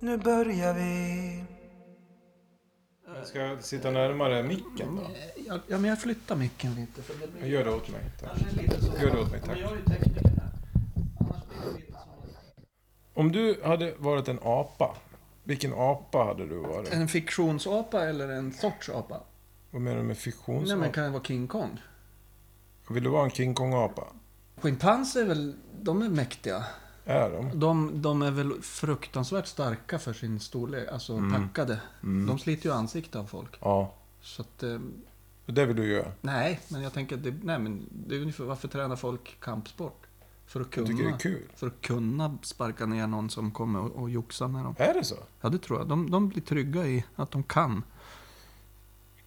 nu börjar vi. Ska jag sitta närmare micken då? Ja, ja, men jag flyttar micken lite. För det blir... Gör det åt mig. Tack. Annars är det lite så- Gör det åt mig, tack. Men jag är ju tekniker här. Annars blir det lite så- Om du hade varit en apa, vilken apa hade du varit? En fiktionsapa eller en sorts apa? Vad menar du med Nej, fiktionsapa? men kan det vara King Kong? Vill du vara en King Kong-apa? Schimpanser är väl, de är mäktiga. Är de? De, de är väl fruktansvärt starka för sin storlek, alltså Mm. packade. De sliter ju ansiktet av folk. Ja. Så att, eh, Och det vill du göra? nej, men jag tänker att det, nej, men det är ungefär, varför tränar folk kampsport? För att Jag tycker det kunna, är kul. för att kunna sparka ner någon som kommer och, och joxar med dem. Är det så? Ja, det tror jag. De, de blir trygga i att de kan.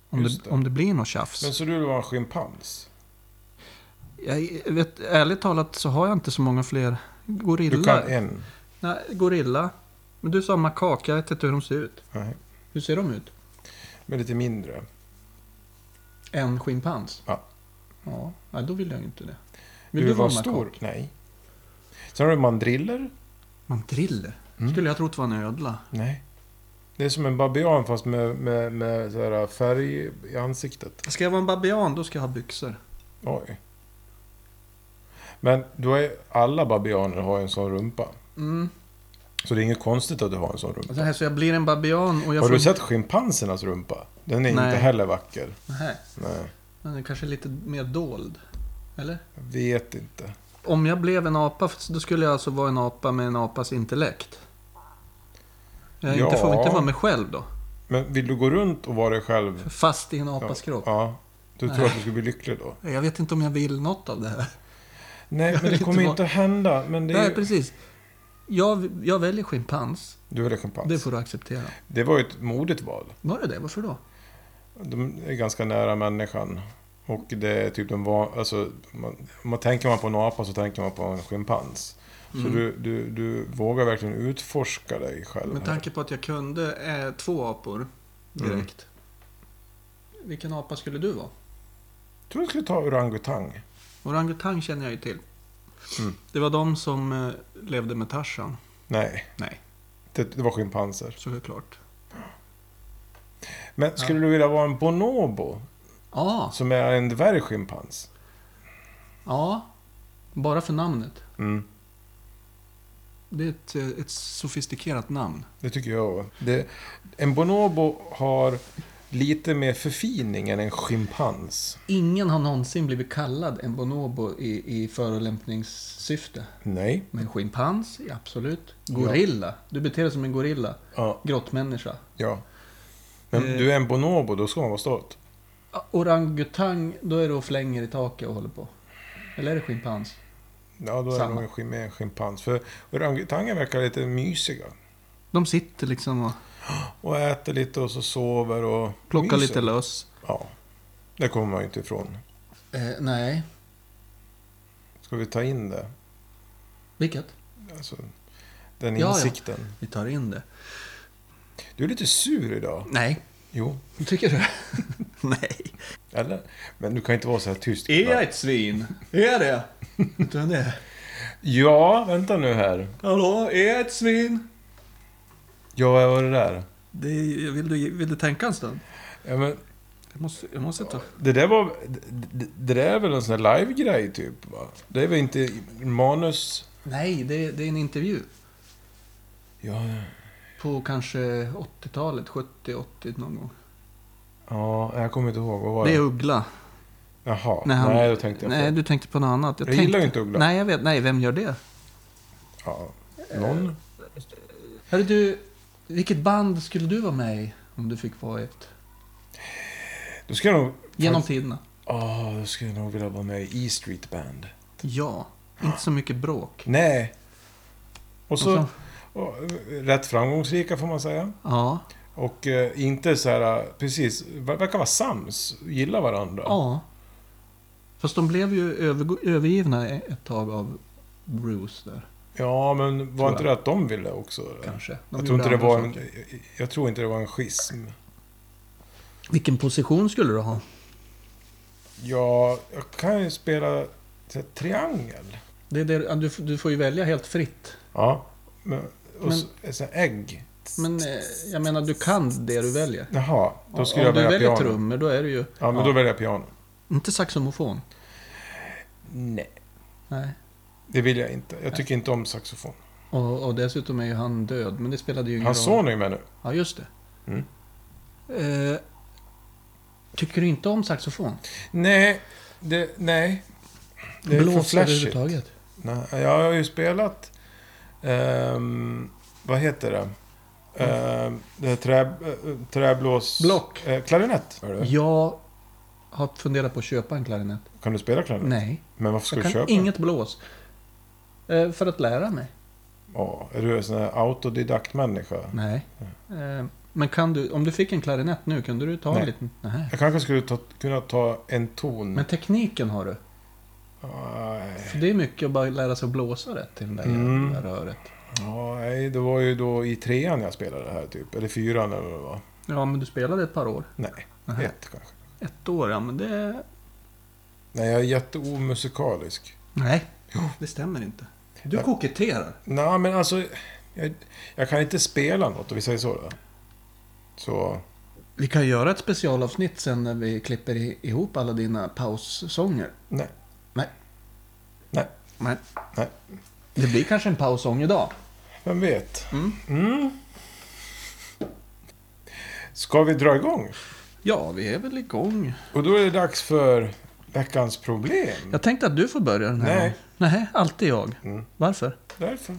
Om Just det, det. om det blir något tjafs. Men så du vill vara en schimpans? Jag vet, ärligt talat så har jag inte så många fler. Gorilla. Du kan en? Nej, gorilla. Men du sa makak, jag vet inte hur de ser ut. Nej. Hur ser de ut? Men lite mindre? En schimpans? Ja. Ja, nej, då vill jag ju inte det. Vill du, vara stor? Nej. Sen har du mandriller? Mandriller? Mm. Skulle jag trott var en ödla. Nej. Det är som en babian fast med, med, med så här färg i ansiktet. Ska jag vara en babian, då ska jag ha byxor. Oj. Men du har ju, alla babianer har ju en sån rumpa. Mm. Så det är inget konstigt att du har en sån rumpa. Så, här, så jag blir en babian och Alltså, jag Har får... du sett schimpansernas rumpa? Den är Nej. inte heller vacker. Nej, Nej, den är kanske lite mer dold. Eller? jag vet inte. Om jag blev en apa, då skulle jag alltså vara en apa med en apas intellekt. Jag inte Ja. får inte vara mig själv då. Men vill du gå runt och vara dig själv? Fast i en apas kropp. Ja. Du tror att du skulle bli lycklig då? Jag vet inte om jag vill något av det här. Nej, men vill det inte kommer vara- inte att hända. Men det är Nej, ju... precis. Jag, jag väljer schimpans. Du är en Det schimpans. får du acceptera. Det var ju ett modigt val. Var det det? Varför då? De är ganska nära människan. Och det är typ den van... Alltså, man, om man tänker man på en apa så tänker man på en schimpans. Så Mm. du, du, du vågar verkligen utforska dig själv. Med här. tanke på att jag kunde eh, två apor direkt. Mm. Vilken apa skulle du vara? Jag tror du skulle ta orangutang. Orangutang känner jag ju till. Mm. Det var de som eh, levde med Tarzan. Nej, Nej, det, det var schimpanser. såklart. Men skulle du vilja vara en bonobo? Ja, Som är en dvärgschimpans? ja. Bara för namnet. Mm, Det är ett, eh, ett sofistikerat namn. det tycker jag. Det, en bonobo har lite mer förfining än en schimpans. Ingen har någonsin blivit kallad en bonobo i, i förolämpningssyfte. Nej. Men schimpans, ja, absolut. Gorilla. Du beter dig som en gorilla. Ja. Grottmänniska. ja. Men Eh. du är en bonobo, då ska man vara stolt. Orangutang, då är du och flänger i taket och håller på. Eller är det schimpans? Ja, då är Samma. det nog en skim- en schimpans. För orangutanger verkar lite mysiga. De sitter liksom och Och äter lite och så sover och plockar myser. lite lös. Ja, det kommer man ju inte ifrån. Eh, nej. Ska vi ta in det? Vilket? Alltså, den Ja, ja. insikten. Vi tar in det. Du är lite sur idag. Nej. Jo, Tycker du? nej. eller? Men du kan inte vara så här tyst. Är jag ett svin? Är jag det? Utan det. Ja, vänta nu här. Hallå, är jag ett svin? Ja, vad var det där? Det, vill, du, vill du tänka en stund? Ja, men, Jag måste, jag måste ta... det där var... Det, det- det där är väl en sån här live-grej, typ? Va? Det är väl inte i- manus... Nej, det, det är en intervju. Ja, ja. På kanske 80-talet, 70, 80 någon gång. ja, jag kommer inte ihåg. Vad var det? Det är Uggla. Jaha. När han- Nej, då tänkte jag Nej, fel. du tänkte på något annat. Jag gillar tänkte- ju inte Uggla. Nej, jag vet. Nej, vem gör det? Ja, någon? Hörru du, vilket band skulle du vara med i om du fick vara i ett? Då ska jag nog... Genom tiderna? Ja, då skulle jag nog vilja vara med i E Street Band. Ja. Inte så mycket bråk. Alltså, Nej. Och så... Och och, eh, rätt framgångsrika, får man säga. Ja. Och eh, inte så här, eh, precis, ver- verkar vara sams, gillar varandra. Ja. Fast de blev ju överg- övergivna e- ett tag av Bruce där, Ja, men var Tror inte jag. det att de ville också? eller? kanske. De Jag gjorde tror, inte det andra var en, saker. jag tror inte det var en schism. Vilken position skulle du ha? Ja, jag kan ju spela så här, triangel. Det är det, ja, du, f- du får ju välja helt fritt. Ja. Men, och Men- så, så här, ägg. Men eh, jag menar, du kan det du väljer. Jaha, då Om, skulle jag om du välja väljer piano. trummor, då är det ju... Ja, men då väljer jag piano. Inte saxofon. Nej. Nej. Det vill jag inte. Jag tycker inte om saxofon. Och, och dessutom är ju han död, men det spelade ju ingen Hans roll. son är ju med nu. Ja, just det. Mm. Eh, tycker du inte om saxofon? Nej, det, nej. Det är för Blås flashigt. överhuvudtaget? Nej, jag har ju spelat... ehm, vad heter det? Ehm, det här trä, eh, träblås... Block. Eh, klarinett. Hör du? Jag har funderat på att köpa en klarinett. Kan du spela klarinett? Nej, Men varför ska jag du kan köpa? inget blås. Eh, för att lära mig? Ja, är du en sån här autodidaktmänniska? Nej. Eh, men kan du, om du fick en klarinett nu, kunde du ta Mm. Nej. Mm. en liten? Nej. Jag kanske skulle ta, kunna ta en ton. Ah, Men tekniken har du. Aj. För det är mycket att bara lära sig att blåsa rätt till den där Mm. jävla röret. Ja, nej, det var ju då i trean jag spelade det här typ. Eller fyran eller vad det var. Ja, men du spelade ett par år. Nej, Nähä. ett kanske. Ett år, ja men det... Nej, jag är jätteomusikalisk. Nej, det stämmer inte. Du Ja. koketterar. Nej, men alltså... Jag, jag kan inte spela något, om vi säger så. Då. Så... Vi kan göra ett specialavsnitt sen när vi klipper i- ihop alla dina paussånger. Nej. Nej. Nej. Nej. Nej. Det blir kanske en paussång idag. Vem vet? Mm. Mm. Ska vi dra igång? Ja, vi är väl igång. Och då är det dags för veckans problem. Jag tänkte att du får börja den här Nej. gången. Nej, alltid jag. Mm. Varför? Därför.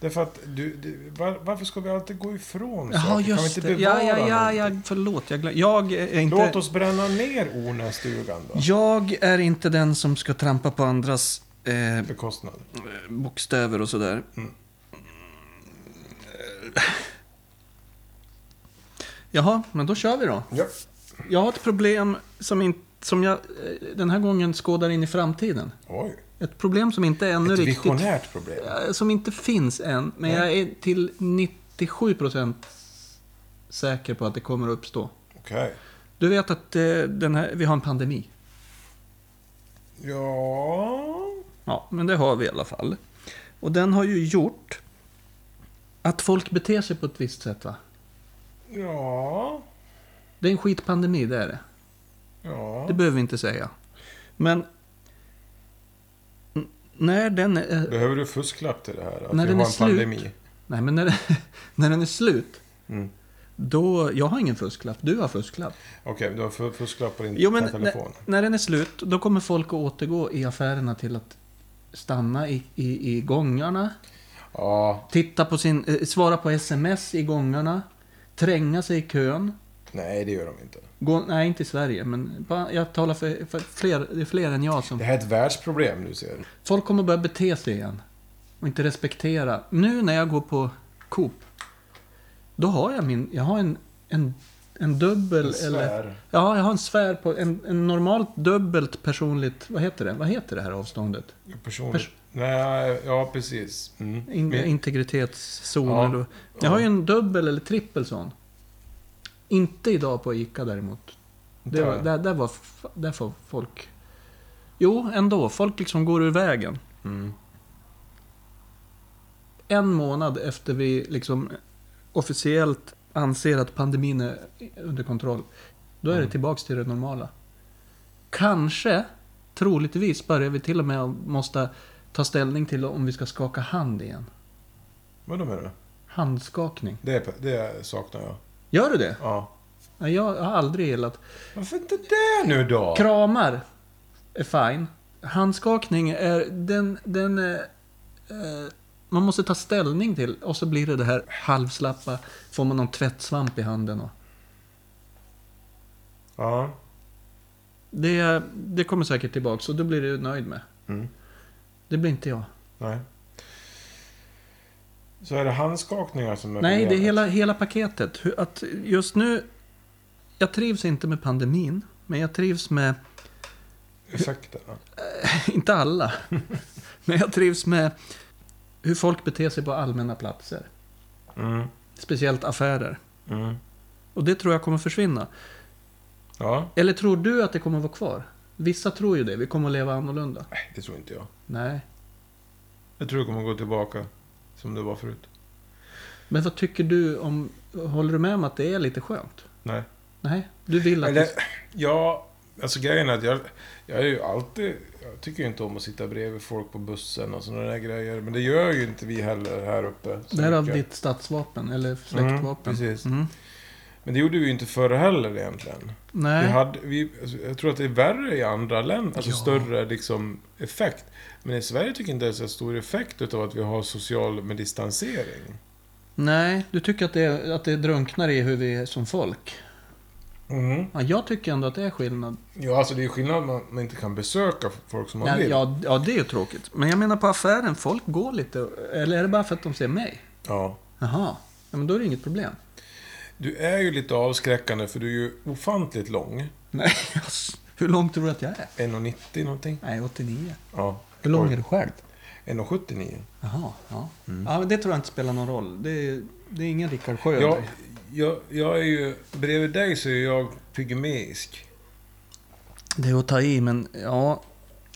Därför att du, du var, varför ska vi alltid gå ifrån Jaha, saker? Kan vi just inte det. bevara Ja, ja, ja, någonting? ja, förlåt. Jag, glöm... jag är inte... Låt oss bränna ner Ornässtugan då. Jag är inte den som ska trampa på andras eh, Bekostnad. bokstäver och sådär. Eh, Mm. Jaha, men då kör vi då. Ja. Jag har ett problem som, in, som jag eh, den här gången skådar in i framtiden. Oj. Ett problem som inte ännu Ett riktigt... visionärt problem. eh, Som inte finns än, men Nej. jag är till 97% säker på att det kommer att uppstå. Okej. Du vet att eh, den här, vi har en pandemi. Ja... Ja, men det har vi i alla fall. Och den har ju gjort att folk beter sig på ett visst sätt va? Ja... Det är en skitpandemi, det är det. Ja... Det behöver vi inte säga. Men n- när den är, Behöver du fusklapp till det här? Att När vi den har är en slut. pandemi? nej, men när, när den är slut, Mm. då... Jag har ingen fusklapp, du har fusklapp. Okej, du har fu- fusklapp på din Jo, men telefon. när, när den är slut, då kommer folk att återgå i affärerna till att stanna i, i, i gångarna. Ja, Titta på sin, eh, svara på sms i gångarna. Tränga sig i kön. nej det gör de inte. Gå, nej, inte i Sverige, men bara- jag talar för, för fler, det är fler än jag Det som... här är ett världsproblem du ser. Folk kommer börja bete sig igen. Och inte respektera. Nu när jag går på Coop, då har jag min... Jag har en, en, en dubbel En sfär. eller... Ja, jag har en sfär på... En, en normalt dubbelt personligt... Vad heter det? Vad heter det här avståndet? Personligt. Pers- Nej, ja precis. Mm. In, Men- Integritetszon Ja. eller... Jag har ju en dubbel eller trippel sån. Inte idag på ICA däremot. Det var, där, där var f- där får folk... Jo, ändå. Folk liksom går ur vägen. Mm. En månad efter vi liksom officiellt anser att pandemin är under kontroll. Då är det tillbaks till det normala. Kanske, troligtvis, börjar vi till och med måste ta ställning till om vi ska skaka hand igen. Vadå menar du? Handskakning. Det, det saknar jag. Gör du det? Ja. Nej, Jag har aldrig gillat. Varför inte det nu då? Kramar är fine. Handskakning är den... den eh, eh, man måste ta ställning till och så blir det det här halvslappa. Får man någon tvättsvamp i handen och... ja. Det, det kommer säkert tillbaks och då blir du nöjd med. Mm. Det blir inte jag. Nej. Så är det handskakningar som är Nej, det är problemet? hela, hela paketet. Hur- Att just nu... Jag trivs inte med pandemin. Men jag trivs med... Effekterna. inte alla. men jag trivs med hur folk beter sig på allmänna platser. Mm. Speciellt affärer. Mm. Och det tror jag kommer försvinna. Ja, Eller tror du att det kommer vara kvar? Vissa tror ju det. Vi kommer att leva annorlunda. nej, det tror inte jag. Nej. Jag tror det kommer gå tillbaka som det var förut. Men vad tycker du om... Håller du med om att det är lite skönt? Nej. Nej? Du vill att... Eller, det- ja, alltså grejen är att jag, jag är ju alltid... Jag tycker ju inte om att sitta bredvid folk på bussen och sådana där grejer. Men det gör ju inte vi heller här uppe. så Det här är av mycket. ditt stadsvapen, eller Mm, släktvapen. precis. Mm. Men det gjorde vi ju inte förr heller egentligen. Vi Nej. hade, vi, alltså, jag tror att det är värre i andra länder, alltså Ja. större liksom, effekt. Men i Sverige tycker jag inte det är så stor effekt utav att vi har social med distansering. Nej, du tycker att det, att det drunknar i hur vi är som folk. Ja, jag tycker ändå att det är skillnad. Ja, alltså det är ju skillnad om man, man inte kan besöka folk som man Nej, vill. ja, ja, det är ju tråkigt. Men jag menar på affären, folk går lite. Eller är det bara för att de ser mig? Ja. Jaha, ja, men då är det inget problem. Du är ju lite avskräckande för du är ju ofantligt lång. Nej, ass, hur lång tror du att jag är? 1,90 någonting. Nej, 89. Ja. Hur lång är du själv? 1,79. Jaha, ja. ja men det tror jag inte spelar någon roll. Det är, det är ingen Rickard Sjö. Jag, jag, jag är ju... Bredvid dig så är jag pygmeisk. Det är att ta i, men ja.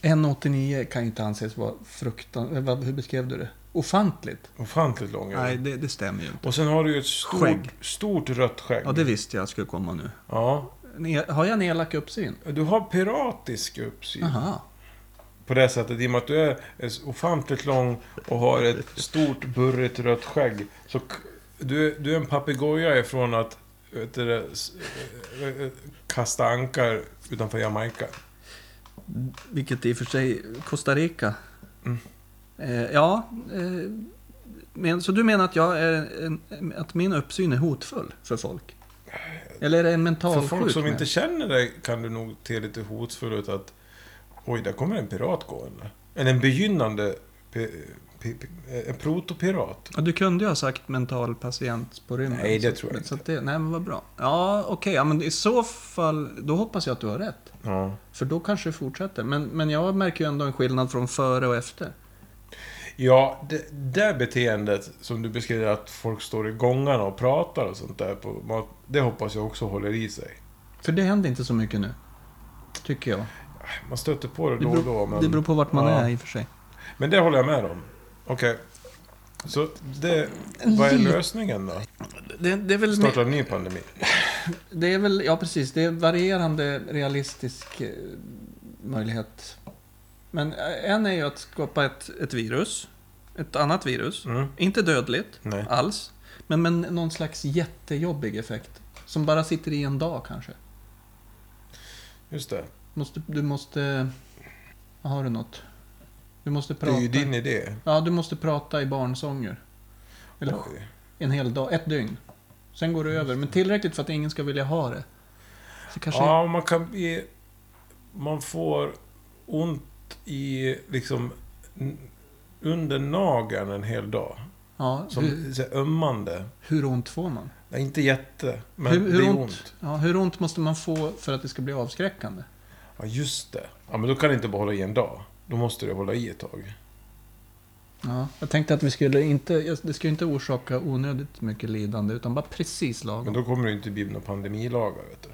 1,89 kan ju inte anses vara fruktansvärt... Hur beskrev du det? Ofantligt? Ofantligt lång är du. det, det stämmer ju inte. Och sen har du ju ett stort, Skägg. stort rött skägg. Ja, det visste jag skulle komma nu. Ja. Ne- Har jag en elak uppsyn? Du har piratisk uppsyn. Aha. På det sättet, i och med att du är ofantligt lång och har ett stort burrigt rött skägg. Så k- du, är- du är en papegoja ifrån att vet du, det, s- eh, eh, kasta ankar utanför Jamaica. Vilket i och för sig, Costa Rica. Mm. Eh, ja, eh, men, så du menar att, jag är en, att min uppsyn är hotfull för folk? Eller är det en För mental folk som men- inte känner dig kan du nog te lite hotfull ut att Oj, där kommer en pirat gående. Eller en begynnande pe, pe, pe, en protopirat. Ja, du kunde ju ha sagt mental patient på rymden. Nej, det Så- tror jag så att det, Nej, men vad bra. Ja, okej. ja, men i så fall, då hoppas jag att du har rätt. Ja. För då kanske det fortsätter. Men, men jag märker ju ändå en skillnad från före och efter. Ja, det där beteendet som du beskriver att folk står i gångarna och pratar och sånt där på mat, Det hoppas jag också håller i sig. För det händer inte så mycket nu. Tycker jag. Man stöter på det Det då och då. beror, Men det beror på vart man Ja. är i och för sig. men det håller jag med om. Okej. Så det, En vad är liten- lösningen då? Det, det är väl... Starta en ny pandemi? Det är väl, ja precis, det är varierande realistisk eh, möjlighet. Men eh, en är ju att skapa ett, ett virus, ett annat virus. Mm. Inte dödligt Nej. alls, men med någon slags jättejobbig effekt. Som bara sitter i en dag kanske. Just det. Måste, du måste... Har du något? Du måste Det prata. är ju din idé. Ja, du måste prata i barnsånger. Eller Oj. en hel dag, ett dygn. Sen går det över, men tillräckligt för att ingen ska vilja ha det. Så kanske... Ja, man kan bli... Man får ont i liksom... n- Under nageln en hel dag. ja, Som hur- så här ömmande. Hur ont får man? Nej, inte jätte. Men hur, hur det är ont, ont. Ja, hur ont måste man få för att det ska bli avskräckande? Ja, just det. Ja, men då kan det inte bara hålla i en dag. Då måste det hålla i ett tag. Ja, jag tänkte att vi skulle inte, det skulle inte orsaka onödigt mycket lidande, utan bara precis lagom. Men då kommer det inte bli några pandemilagar, vet du.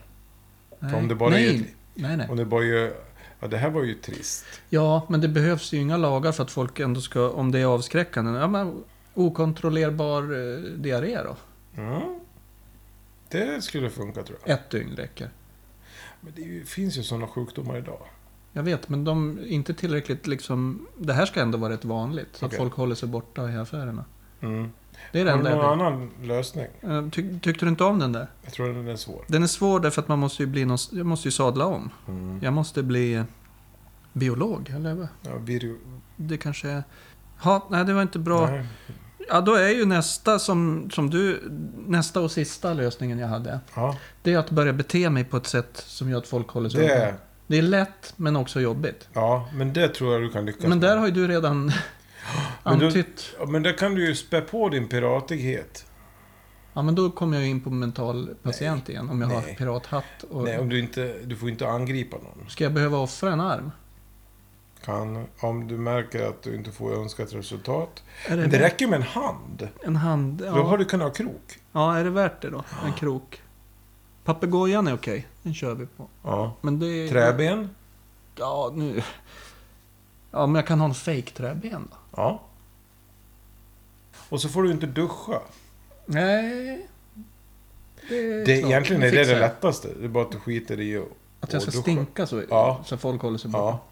nej. För om det bara nej. är ett- nej, nej. Om det bara är... Ja, det här var ju trist. Ja, men det behövs ju inga lagar för att folk ändå ska, om det är avskräckande. Ja, men okontrollerbar eh, diarré då? Mm. Det skulle funka, tror jag. Ett dygn räcker. Men det är ju, finns ju sådana sjukdomar idag. Jag vet, men de är inte tillräckligt liksom... Det här ska ändå vara rätt vanligt, så Okej. att folk håller sig borta i affärerna. Mm. Det är det Har du enda någon jag annan lösning? vill. Eh, Tyck, Tyckte du inte om den där? Jag tror den är svår. Den är svår därför att man måste ju bli någon, jag måste ju sadla om. Mm. Jag måste bli biolog, eller vad? Ja, viru... Det kanske är... Ja, nej det var inte bra. Nej. Ja, då är ju nästa som, som du... Nästa och sista lösningen jag hade. Ja, Det är att börja bete mig på ett sätt som gör att folk håller sig undan. det... Det är lätt, men också jobbigt. Ja, men det tror jag du kan lyckas Men där med. har ju du redan Men du- antytt. Ja, men där kan du ju spä på din piratighet. Ja, men då kommer jag ju in på mental patient igen. Om jag har Nej. pirathatt. Och... Nej, om du inte... Du får inte angripa någon. Ska jag behöva offra en arm? Kan, om du märker att du inte får önskat resultat. Är Men det räcker med en hand. En hand? Då Ja. har du kunnat ha krok. Ja, är det värt det då? En krok. Papegojan är okej. Den kör vi på. Ja. Men det är... Träben. Ja, nu... Ja, men jag kan ha en fake träben då. Mm. Ja. Och så får du inte duscha. Nej. Det är, Det, klart. egentligen är fixar Mm. det det jag. lättaste. Det är bara att du skiter i och... Att jag ska och du- stinka så, Ja. så folk håller sig borta. Ja.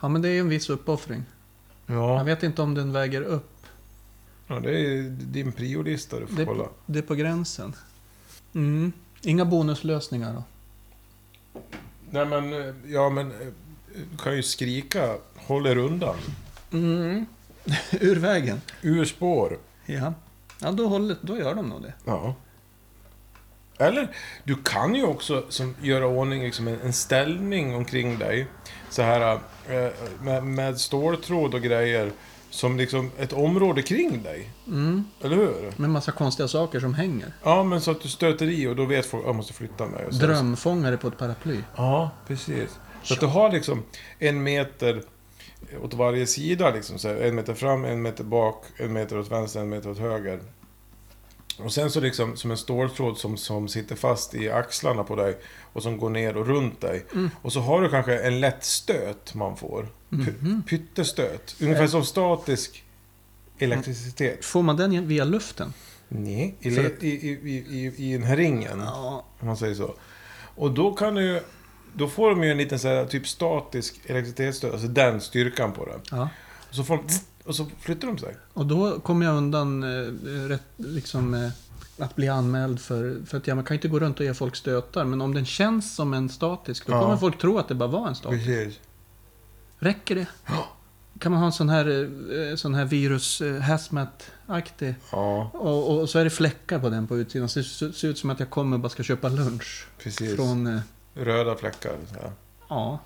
Ja, men det är ju en viss uppoffring. Jag Ja. vet inte om den väger upp. ja, det är din priolista du får Det är kolla. på, det är på gränsen. Mm. Inga bonuslösningar då? Nej men, eh, ja men... eh, Du kan ju skrika håll er undan. Mm. Ur vägen? Ur spår. Ja. Ja, då, håller, då gör de nog det. Ja. Eller, du kan ju också som, göra ordning liksom, en, en ställning omkring dig. Så här eh, med, med ståltråd och grejer. Som liksom ett område kring dig. Mm. Eller hur? Med massa konstiga saker som hänger. Ja, men så att du stöter i och då vet folk att jag måste flytta mig. Och så- Drömfångare på ett paraply. Ja, precis. Så att du har liksom en meter åt varje sida. Liksom, så här, en meter fram, en meter bak, en meter åt vänster, en meter åt höger. Och sen så liksom som en ståltråd som, som sitter fast i axlarna på dig och som går ner och runt dig. Och så har du kanske en lätt stöt man får. Py- Pyttestöt. Ungefär som statisk elektricitet. Får man den via luften? Nej, i, För- i, i, i, i- i den här ringen. Ja. Om man säger så. Och då kan du ju... Då får de ju en liten så här, typ statisk elektricitetsstöt, alltså den styrkan på den. ja. Och så, får de, och så flyttar de sig. Och då kommer jag undan eh, rätt, liksom, eh, att bli anmäld för... För att ja, man kan ju inte gå runt och ge folk stötar. Men om den känns som en statisk, då Ja. kommer folk tro att det bara var en statisk. Precis. Räcker det? Kan man ha en sån här, eh, sån här virus eh, hazmat-aktig? Ja, Och, och, och så är det fläckar på den på utsidan. Så det ser, ser ut som att jag kommer och bara ska köpa lunch. precis. Från, eh, Röda fläckar. Så här. ja,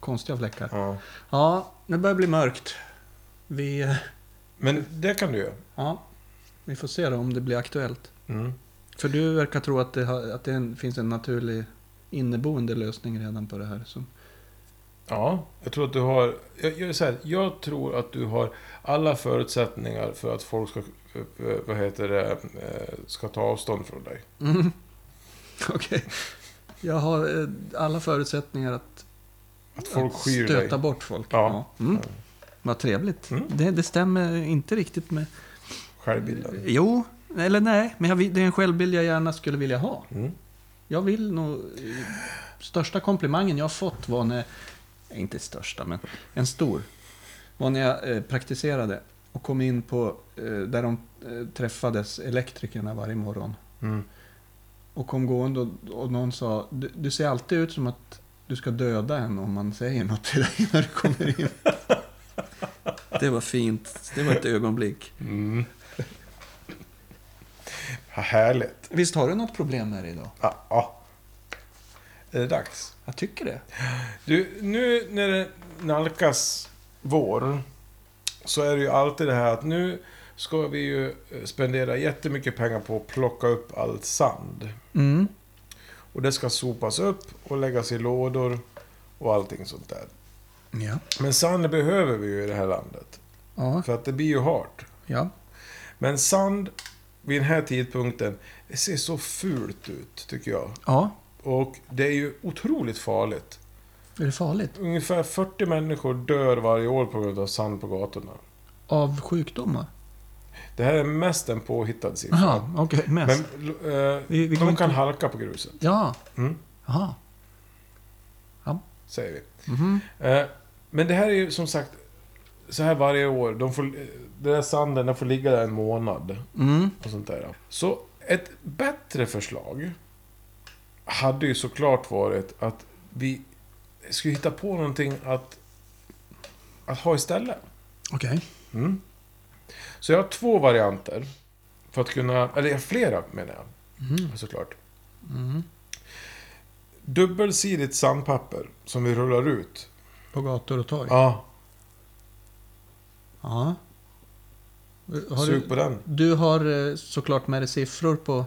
konstiga fläckar. Ja. Ja, nu börjar det bli mörkt. Vi, eh, Men det kan du göra. ja, vi får se då om det blir aktuellt. Mm. För du verkar tro att det, har, att det är en, finns en naturlig inneboende lösning redan på det här. Som, Ja, jag tror att du har... Jag, jag, så här, jag tror att du har alla förutsättningar för att folk ska, eh, vad heter det, eh, ska ta avstånd från dig. mm. Okej. Jag har eh, alla förutsättningar att Att folk Att skyr stöta dig. bort folk. Ja. Mm. Vad trevligt. Mm. Det, det stämmer inte riktigt med... Självbilden. Jo, eller nej. Men jag, vill- det är en självbild jag gärna skulle vilja ha. Mm. Jag vill nog... eh, Största komplimangen jag har fått var när... eh, Inte största, men en stor. Var när jag eh, praktiserade och kom in på eh, där de eh, träffades, elektrikerna, varje morgon. Mm. Och kom gående och, och någon sa, du, du ser alltid ut som att du ska döda en om man säger något till dig när du kommer in. Det var fint. Det var ett ögonblick. Mm. Vad härligt. Visst har du något problem med det idag? Ja, ja. Är det dags? Jag tycker det. Du, nu när det nalkas vår så är det ju alltid det här att nu ska vi ju eh, spendera jättemycket pengar på att plocka upp all sand. Mm. Och det ska sopas upp och läggas i lådor och allting sånt där. Ja. Men sand behöver vi ju i det här landet. Ja. För att det blir ju hårt. Ja. Men sand vid den här tidpunkten det ser så fult ut tycker jag. ja. Och det är ju otroligt farligt. Är det farligt? Ungefär 40 människor dör varje år på grund av sand på gatorna. Av sjukdomar? Det här är mest en påhittad siffra. Jaha, okej. Mest? Men eh, Vi- vi de Alltså, går kan inte- halka på gruset, Ja. Mm. Jaha. säger vi. Mhm. Eh, men det här är ju som sagt så här varje år. De får, eh, den där sanden den får ligga där en månad. Mm. och sånt där. Så ett bättre förslag hade ju såklart varit att vi skulle hitta på någonting att, att ha istället. Okej. Mm. Så jag har två varianter. För att kunna, eller jag har flera menar jag Mhm. såklart. Mhm. Dubbelsidigt sandpapper som vi rullar ut. På gator och torg? Ja, Ja. Har du, sug på den. Du har eh, såklart med dig siffror på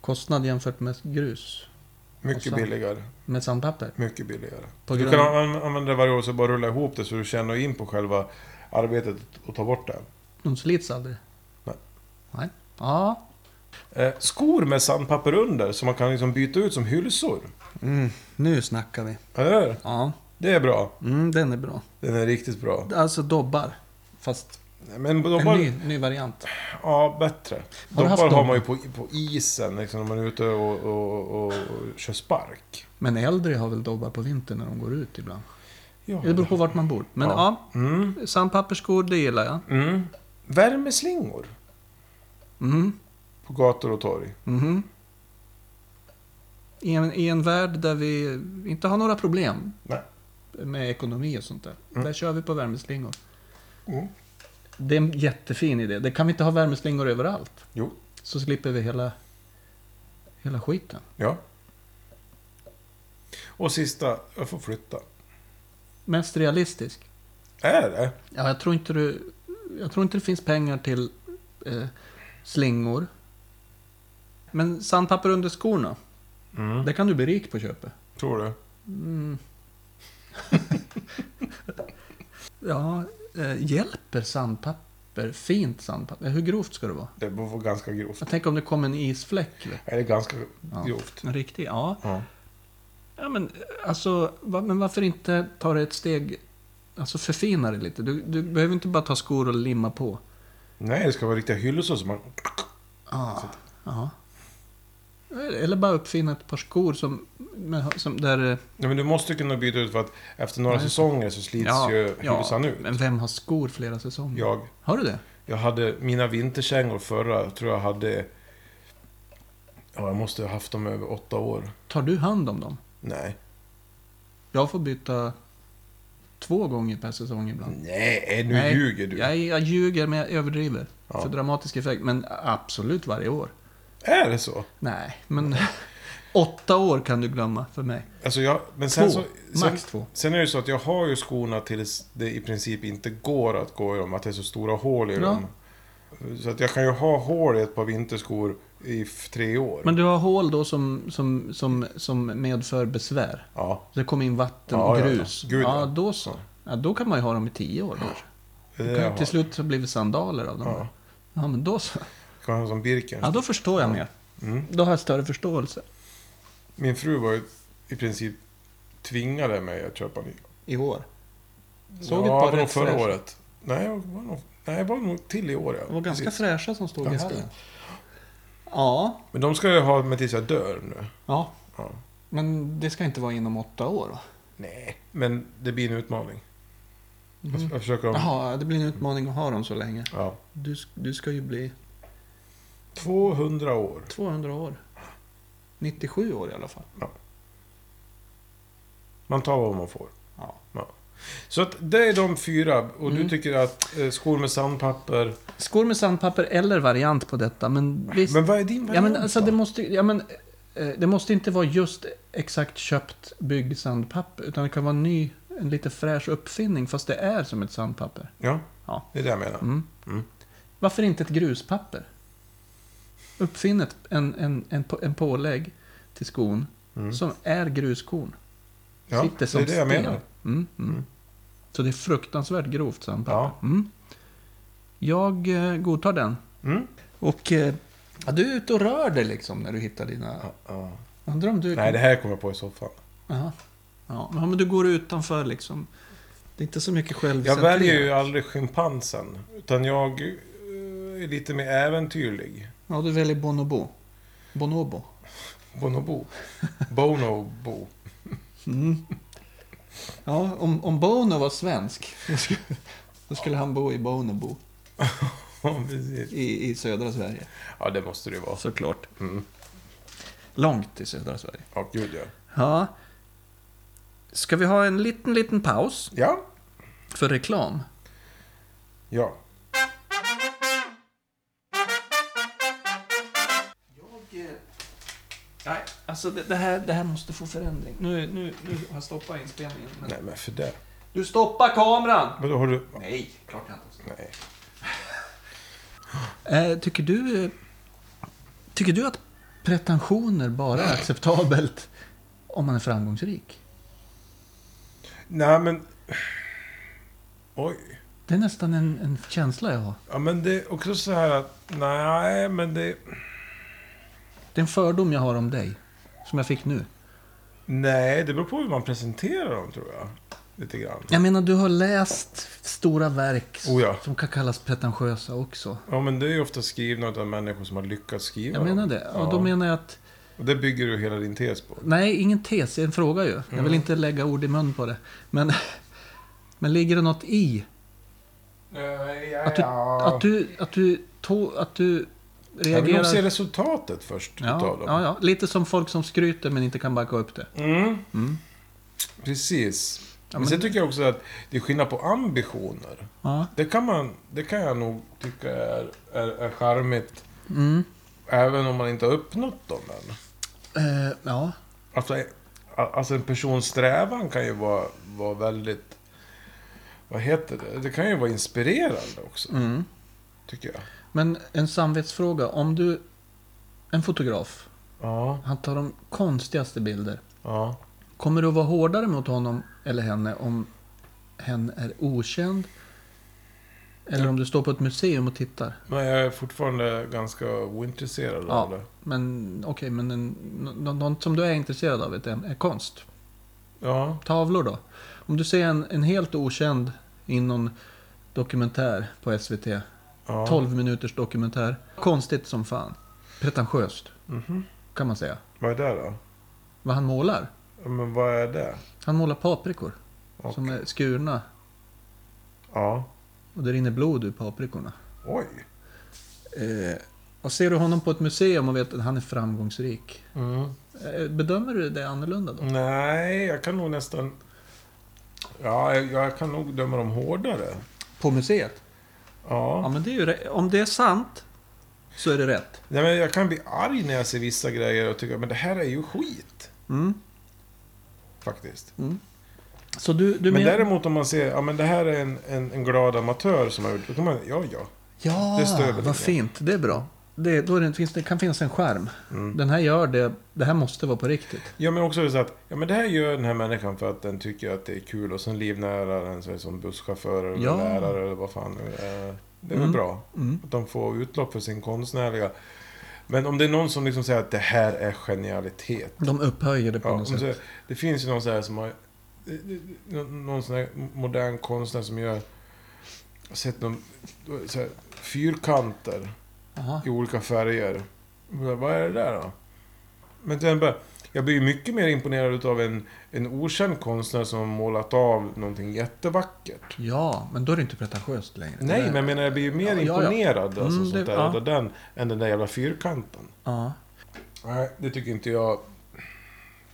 kostnad jämfört med grus. och Mycket sand. billigare. Med sandpapper. Mycket billigare. På Du grund... kan an- använda det varje år så bara rulla ihop det så du känner in på själva arbetet och ta bort det. De slits aldrig. Nej. Nej. Ja. Eh, skor med sandpapper under som man kan liksom byta ut som hylsor. Nu snackar vi. Eller hur? Ja. Det är bra. Mm, den är bra. Den är riktigt bra. Alltså dobbar. Fast Men de En bara, ny, ny variant. Ja, bättre. du haft Dobbar har dem? man ju på, på isen liksom, när man är ute och, och, och, och kör spark. Men äldre har väl dobbar på vintern när de går ut ibland. Ja. Det beror på vart man bor. Men ja, Ja. Mm, sandpappersskor, det gillar jag. mm. Värmeslingor Mm-hmm. Mhm. på gator och torg. Mhm. I, en, I en värld där vi inte har några problem Nej. med ekonomi och sånt där. Mm. Där kör vi på värmeslingor. Mm. Det är en jättefin idé. Det kan vi inte ha värmeslingor överallt. Jo. Så slipper vi hela, hela skiten. Ja. Och sista, jag får flytta. Mest realistisk. Är det? Ja, jag, tror inte du, jag tror inte det finns pengar till eh, slingor. Men sandpapper under skorna, Mm. det kan du bli rik på köpet. Tror du? Mm. ja, eh, hjälper sandpapper fint sandpapper? Hur grovt ska det vara? Det var ganska grovt. Jag tänker om det kom en isfläck. vet Är det ganska Ja. grovt? du. En riktig? Ja. Ja. ja men, eh, alltså, va, men varför inte ta det ett steg, alltså förfina det lite. Du, du behöver inte bara ta skor och limma på. Nej, det ska vara riktiga hyllor som man... Ja. ja. Eller bara uppfinna ett par skor som, med, som där... eh, Nej, men du måste kunna byta ut för att efter några Nej. säsonger så slits ju hylsan ut. Men vem har skor flera säsonger? Jag, Har du det? jag hade mina vinterkängor förra, tror jag hade... Ja, jag måste ha haft dem över åtta år. Tar du hand om dem? Nej. Jag får byta två gånger per säsong ibland. Nej, eh, nu Nej, ljuger du. Jag, jag ljuger, men jag överdriver. Ja. För dramatisk effekt. Men absolut varje år. Är det så? Nej, men åtta år kan du glömma för mig. Alltså jag, men sen två, så, sen, max två. sen är det ju så att jag har ju skorna tills det i princip inte går att gå i dem, att det är så stora hål i Ja. dem. Så att jag kan ju ha hål i ett par vinterskor i f- tre år. Men du har hål då som, som, som, som medför besvär. Ja, Det kom in vatten Ja, och ja, ja. grus. Ja, Gud, ja. då så. Ja, då kan man ju ha dem i tio år kanske. det är Då det jag kan ju har. till slut ha blivit sandaler av dem. Ja. Ja. ja, men då så. Jag kan ha som Birken. Ja, då förstår jag mer. Mm. Då har jag större förståelse. Min fru var ju i princip tvingade mig att köpa ny. I år. Såg ja, ett var par nog rätt förra fräscha. året. Nej, jag var nog, nej, jag var nog till i år. Ja. Det var ganska Precis. fräscha som stod Ganska. i hallen. Ja, Men de ska jag ha med tills jag dör nu. ja. Ja. Men det ska inte vara inom åtta år va? Nej, men det blir en utmaning. Jag, Mhm. jag försöker dem. Jaha, det blir en utmaning att ha dem så länge. Ja. Du, sk- du ska ju bli 200 år. 200 år. 97 år i alla fall. Man tar vad man får. Ja. Så att det är de fyra. Och du Mm. tycker att eh, skor med sandpapper... Skor med sandpapper eller variant på detta, men visst. Men vad är din ja, variant men alltså, då? det, måste, ja, men, eh, det måste inte vara just exakt köpt byggd sandpapper, utan det kan vara en ny, en lite fräsch uppfinning, fast det är som ett sandpapper. Ja, Ja. det är det jag menar. Mm. Mm. Varför inte ett gruspapper? Uppfinn ett, en, en, en, på- en pålägg till skon Mm. som är gruskorn. Ja, Sitter som det är det jag sten. menar. Mm, mm. Mm. Så det är fruktansvärt grovt sandpapper. Ja. Mm. Jag eh, godtar den. Mm? Och eh, ja, du är ute och rör dig liksom när du hittar dina... Ja, ja. Undrar om du... Nej, det här kommer jag på i soffan. Jaha. Ja, men- ja, men du går utanför liksom. Det är inte så mycket Jag självcentrerat. väljer ju aldrig schimpansen. Utan jag eh, är lite mer äventyrlig. Ja, du väljer bonobo. Bonobo. Bonobo. Bonobo. Mm. Ja, om, om Bono var svensk, då skulle, då skulle han bo i Bonobo Ja, precis. i, i södra Sverige. Ja, det måste det ju vara. Såklart. Mm. Långt i södra Sverige. Ja, gud ja. Ja. Ska vi ha en liten, liten paus Ja. för reklam? Ja. Jag... eh, Nej, alltså det, det, här, det här måste få förändring. Nu, nu, nu har jag stoppat inspelningen. Men... Nej, men för det. Du stoppar kameran! Men då har du... Nej, klart jag inte. Nej. Eh, tycker du... eh, Tycker du att pretensioner bara är acceptabelt om man är framgångsrik? Nej, men... Oj. Det är nästan en, en känsla jag har. Ja, men det är också så här att... Nej, men det... Det är en fördom jag har om dig. Som jag fick nu. Nej, det beror på hur man presenterar dem, tror jag. lite grann. Jag menar, du har läst stora verk s- Oh ja. som kan kallas pretentiösa också. Ja, men det är ju ofta skrivna av människor som har lyckats skriva Jag menar dem. det. Ja. Och då menar jag att... Och det bygger du hela din tes på. Nej, ingen tes, det är en fråga ju. Jag Mm. vill inte lägga ord i mun på det. Men, men ligger det något i? Att du, att du, att du, to, att du Jag vill nog se reagerar... resultatet först Ja, utav dem. ja, ja, lite som folk som skryter men inte kan backa upp det. Mm. Mm. Precis. Ja, men men- sen tycker jag också att det är skillnad på ambitioner. Ja. Det kan, man, det kan jag nog tycka är, är, är charmigt. Mm. Även om man inte har uppnått dem än. Eh, ja. Alltså, eh, alltså en persons strävan kan ju vara, vara väldigt... Vad heter det? Det kan ju vara inspirerande också, Mm. tycker jag. Men en samvetsfråga. Om du... En fotograf. Ja, Han tar de konstigaste bilder. ja. Kommer du att vara hårdare mot honom eller henne om hen är okänd? Eller om du står på ett museum och tittar? Men jag är fortfarande ganska ointresserad av Ja. det. Men okej, men en, nå- något som du är intresserad av vet jag, är konst. Ja, Tavlor då? Om du ser en, en helt okänd i någon dokumentär på SVT. ja. 12 minuters dokumentär. Konstigt som fan. Pretentiöst, Mhm. kan man säga. Vad är det då? Vad han målar? Ja, Men vad är det? Han målar paprikor Och, som är skurna. Ja. Och det rinner blod ur paprikorna. Oj. Eh, och ser du honom på ett museum och vet att han är framgångsrik. Eh, bedömer du det annorlunda då? Nej, jag kan nog nästan... Ja, jag, jag kan nog döma dem hårdare. På museet? Ja, Ja. men det är ju re- Om det är sant så är det rätt. Nej, men jag kan bli arg när jag ser vissa grejer och tycka men det här är ju skit. Mm. Faktiskt. Så du, men du menar... däremot om man ser, ja men det här är en, en, en glad amatör som har gjort det. då kan man- Ja, ja. Ja, det stör väl vad lite. fint. Det är bra. Det, då är det, finns, det kan finnas en skärm. Den här gör det. Det här måste vara på riktigt. Mm. Ja, men också är det så att, ja men det här gör den här människan för att den tycker att det är kul och sen livnärar den sig som busschaufför eller Ja. lärare eller vad fan nu är. Det är väl Mm. bra. Mm. Att de får utlopp för sin konstnärliga... Men om det är någon som liksom säger att det här är genialitet. De upphöjer det på Ja, något om sätt. det, det finns ju någon sån här som har... någon- Någon sån här modern konstnär som gör... Jag har sett någon, så här, fyrkanter Aha. i olika färger. Jag bara, Vad är det där då? Men till exempel, jag blir ju mycket mer imponerad av en, en okänd konstnär som har målat av någonting jättevackert. Ja, men då är det inte pretentiöst längre. Nej, Det- men jag menar jag blir ju mer Ja, ja, ja. imponerad Alltså, Mm, sånt det- där, ja. av den än den där jävla fyrkanten. Ja, Nej, det tycker inte jag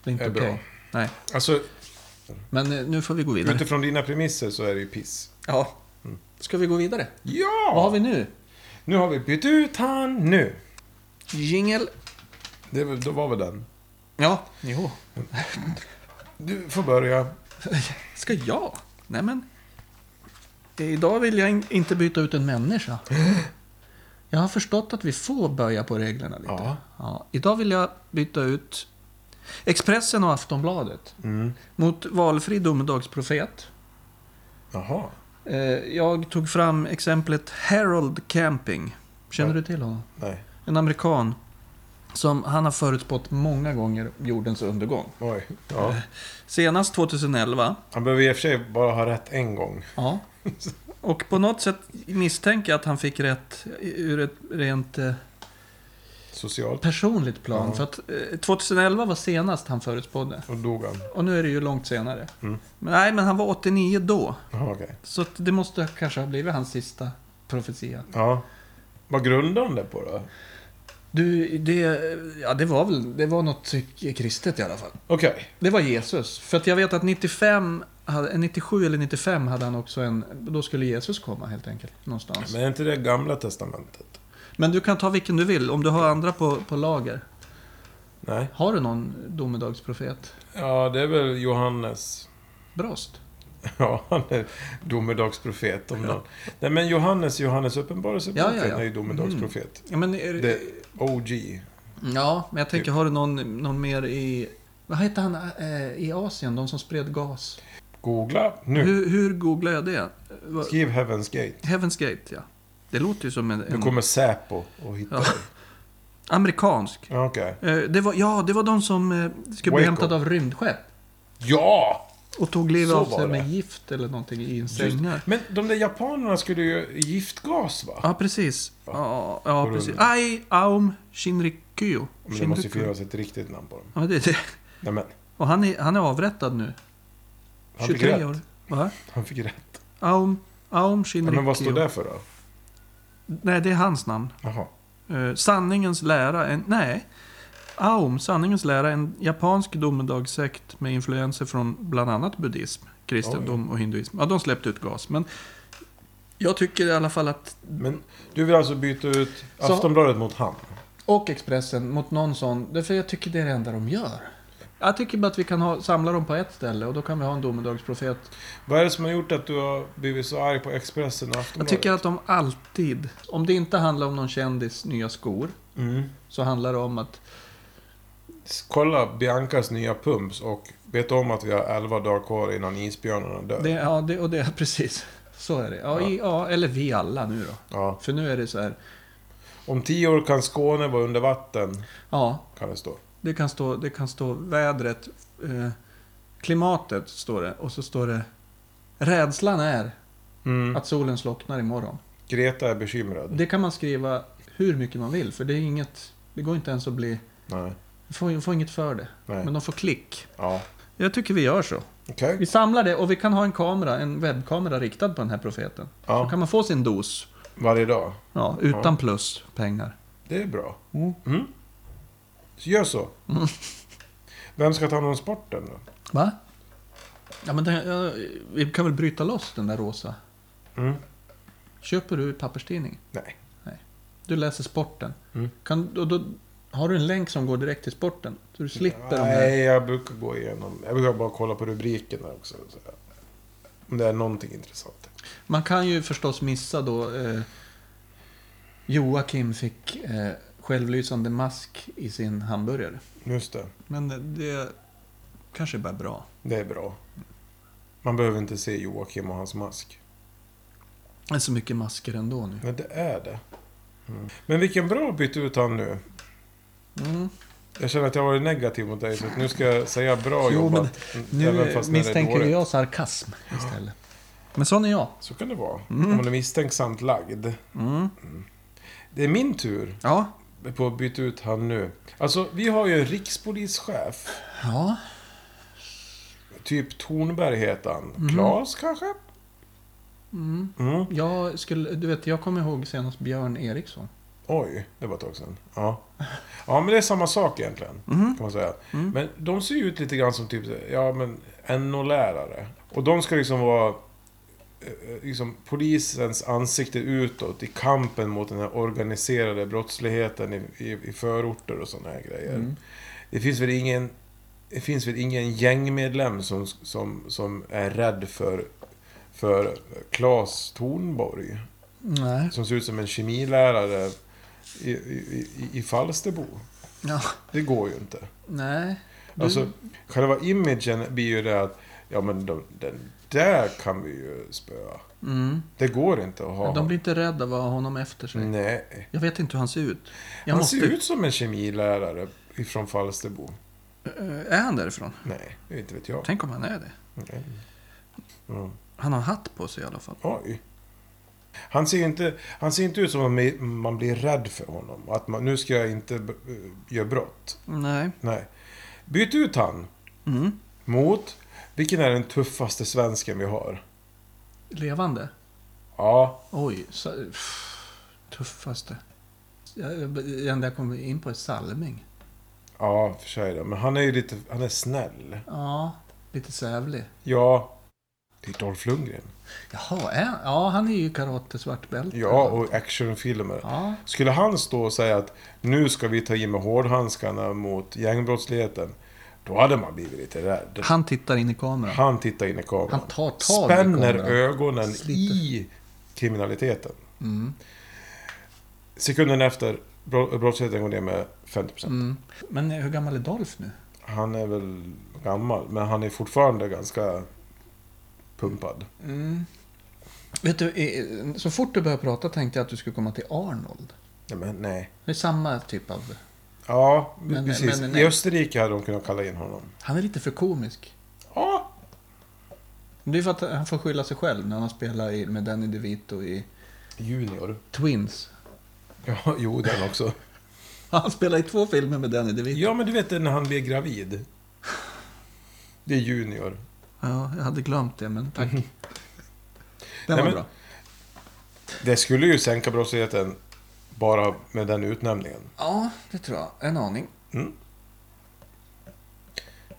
det är inte är okej. bra. Nej, Alltså, men eh, nu får vi gå vidare. utifrån dina premisser så är det ju piss. Ja. Ska vi gå vidare? Ja! Vad har vi nu? Nu har vi bytt ut han nu. Jingel. Det, är väl- då var väl den. Ja. Jo. Du får börja. Ska jag? Nej men. Idag vill jag in- inte byta ut en människa. Jag har förstått att vi får böja på reglerna lite. Ja. Ja, idag vill jag byta ut Expressen och Aftonbladet Mm. mot valfri domedagsprofet. Jaha. Eh, Jag tog fram exemplet Harold Camping. Känner Ja. du till honom? Nej. En amerikan som han har förutspått många gånger jordens undergång. Oj. Ja. Senast 2011. Han behöver i och för sig bara ha rätt en gång. Ja. Och på något sätt misstänker jag att han fick rätt ur ett rent eh, Socialt. personligt plan. Ja. För att eh, 2011 var senast han förutspådde. Och dog han. Och nu är det ju långt senare. Mm. Men, nej, men han var 89 då. Jaha, okej. Så att det måste kanske ha blivit hans sista profetia. Ja. Vad grundade han det på då? Du, det, ja, det var väl det var något kristet i alla fall. Okej. Det var Jesus. För att jag vet att 95, hade- 97 eller 95 hade han också en... Då skulle Jesus komma helt enkelt. Någonstans. Men är inte det gamla testamentet? Men du kan ta vilken du vill om du har andra på, på lager. Nej. Har du någon domedagsprofet? Ja, det är väl Johannes. Brost? Ja, han är domedagsprofet om någon. Nej, men Johannes, Johannes uppenbarelseboken Ja, ja, ja. är ju domedagsprofet. Ja, men, är, Det OG. ja, men jag tänker, har du någon, någon mer i... Vad hette han eh, i Asien? De som spred gas? Googla nu. Hur, hur googlar jag det? Va- Skriv Heaven's Gate. Heaven's Gate, ja. Det låter ju som en... Nu en kommer Säpo och hittar Ja. dig. Amerikansk. Ja, Okej. Eh, Det var, ja, det var de som eh, skulle Waco. bli hämtade av rymdskepp. Ja! Och tog livet Så av var sig med det. gift eller någonting i en sänga. Men de där japanerna skulle ju giftgas va? Ja, precis. Ja, ja Går precis. runt. Ai Aum Shinrikyo. Men det måste ju Shinrikyo. finnas ett riktigt namn på dem. Ja, det är det. Nej men, Och han är, han är avrättad nu. han fick 23 rätt. år. Va? Han fick rätt. Aum, Aum Ja, Shinrikyo. men vad står det för då? Nej, det är hans namn. Jaha. Eh, sanningens lära, en, nej. Aum, sanningens lära, en japansk domedagssekt med influenser från bland annat buddhism, kristendom och hinduism. Ja, de släppte ut gas, men jag tycker i alla fall att... Men du vill alltså byta ut Så- Aftonbladet mot han? Och Expressen mot någon sån, därför jag tycker det är det enda de gör. Jag tycker bara att vi kan ha, samla dem på ett ställe och då kan vi ha en domedagsprofet. Vad är det som har gjort att du har blivit så arg på Expressen och Jag Aftonbladet? tycker att de alltid, om det inte handlar om någon kändis nya skor, Mm. så handlar det om att S- Kolla Biancas nya pumps och vet om att vi har 11 dagar kvar innan isbjörnarna dör. Det, ja, det, och det, precis. Så är det. Ja, I, ja, eller vi alla nu då. Ja. För nu är det så här. Om 10 år kan Skåne vara under vatten, Ja, kan det stå. det kan stå, det kan stå vädret, eh, klimatet står det. Och så står det Rädslan är Mm. att solen slocknar imorgon. Greta är bekymrad. Det kan man skriva hur mycket man vill. För det är inget, det går inte ens att bli, Nej. får, får inget för det. Nej. Men de får klick. Ja. Jag tycker vi gör så. Okej. Vi samlar det och vi kan ha en kamera, en webbkamera riktad på den här profeten. Då Ja. kan man få sin dos. Varje dag. Ja, utan plus pengar. Det är bra. Mm. Mm. Så gör så. Vem ska ta hand om sporten då? Va? Ja, men den, ja, vi kan väl bryta loss den där rosa. Mm. Köper du papperstidning? Nej. Du läser sporten. Mm. Kan, och då, har du en länk som går direkt till sporten? Så du slipper de här. Nej, jag brukar gå igenom. Jag brukar bara kolla på rubrikerna också. Så. Om det är någonting intressant. Man kan ju förstås missa då... Eh, Joakim fick eh, självlysande mask i sin hamburgare. Just det. Men det kanske är bara bra. Det är bra. Man behöver inte se Joakim och hans mask. Det är så mycket masker ändå nu. Men det är det. Mm. Men vilken bra bytte ut han nu. Mm. Jag känner att jag har varit negativ mot dig, så att nu ska jag säga bra Jo, men jobbat. Nu även fast när det är misstänker dåligt. jag sarkasm istället. Men sån är jag. Så kan det vara. Om man är misstänksamt lagd. Mm. Det är min tur Ja. på att byta ut han nu. Alltså, vi har ju en rikspolischef. Ja. Typ Tornberg heter han. Mhm. Klas kanske? Mm. Mm. Jag skulle, du vet, jag kommer ihåg senast Björn Eriksson. Oj, det var ett tag sedan. Ja. ja, men det är samma sak egentligen. Mhm. Kan man säga. Mm. Men de ser ju ut lite grann som typ, ja men NO-lärare. Och de ska liksom vara eh, liksom polisens ansikte utåt i kampen mot den här organiserade brottsligheten i, i, i förorter och sådana här grejer. Mm. Det finns väl ingen det finns väl ingen gängmedlem som, som, som är rädd för, för Claes Tornborg? Nej. som ser ut som en kemilärare i, i, i- i Falsterbo. Ja. Det går ju inte. Mm. Nej. Du, Alltså, själva imagen blir ju det att ja, men de, den där kan vi ju spöa. mm. Det går inte att ha. De blir inte rädda av att ha honom efter sig. Nej. Jag vet inte hur han ser ut. Jag Han måste, ser ut som en kemilärare ifrån Falsterbo. Eh, Är han därifrån? Nej, det inte vet jag. Tänk om han är det. Nej. Mm. Han har hatt på sig i alla fall. Oj. Han ser ju inte, han ser inte ut som om man blir rädd för honom. Att man, nu ska jag inte eh, göra brott. Nej. Nej. Byt ut han. Mm. Mot? Vilken är den tuffaste svensken vi har? Levande. Ja, Oj. Så, pff, tuffaste. Jag- jag- Det enda jag kommer in på är Salming. ja, för sig då. Men han är ju lite, han är snäll. Ja. Lite sävlig. Ja, det är Dolph Lundgren. Jaha, är, han- ja han är ju karate svartbälte. Ja, och actionfilmer. Ja. Skulle han stå och säga att nu ska vi ta i med hårdhandskarna mot gängbrottsligheten, då hade man blivit lite rädd. Han tittar in i kameran. Han tittar in i kameran. Han tar tag i Spänner kameran. ögonen Sliter. i kriminaliteten. Mm. Sekunden efter, bro- brottsligheten går ner med 50%. Mm. Men hur gammal är Dolph nu? Han är väl gammal, men han är fortfarande ganska pumpad. Vet du, eh, så fort du började prata tänkte jag att du skulle komma till Arnold. Nej, men nej. Det är samma typ av... Ja, Men- precis. men nej. I Österrike hade de kunnat kalla in honom. Han är lite för komisk. Ja, Det är för att han får skylla sig själv när han spelar i, med Danny DeVito i Junior. Twins. Ja, jo, den också. Han spelar i två filmer med Danny DeVito. Ja, men du vet den när han blir gravid. Det är Junior. Ja, jag hade glömt det, men tack. Den var Mm. Nej, men- bra. Det skulle ju sänka brottsligheten bara med den utnämningen. Ja, det tror jag. En aning.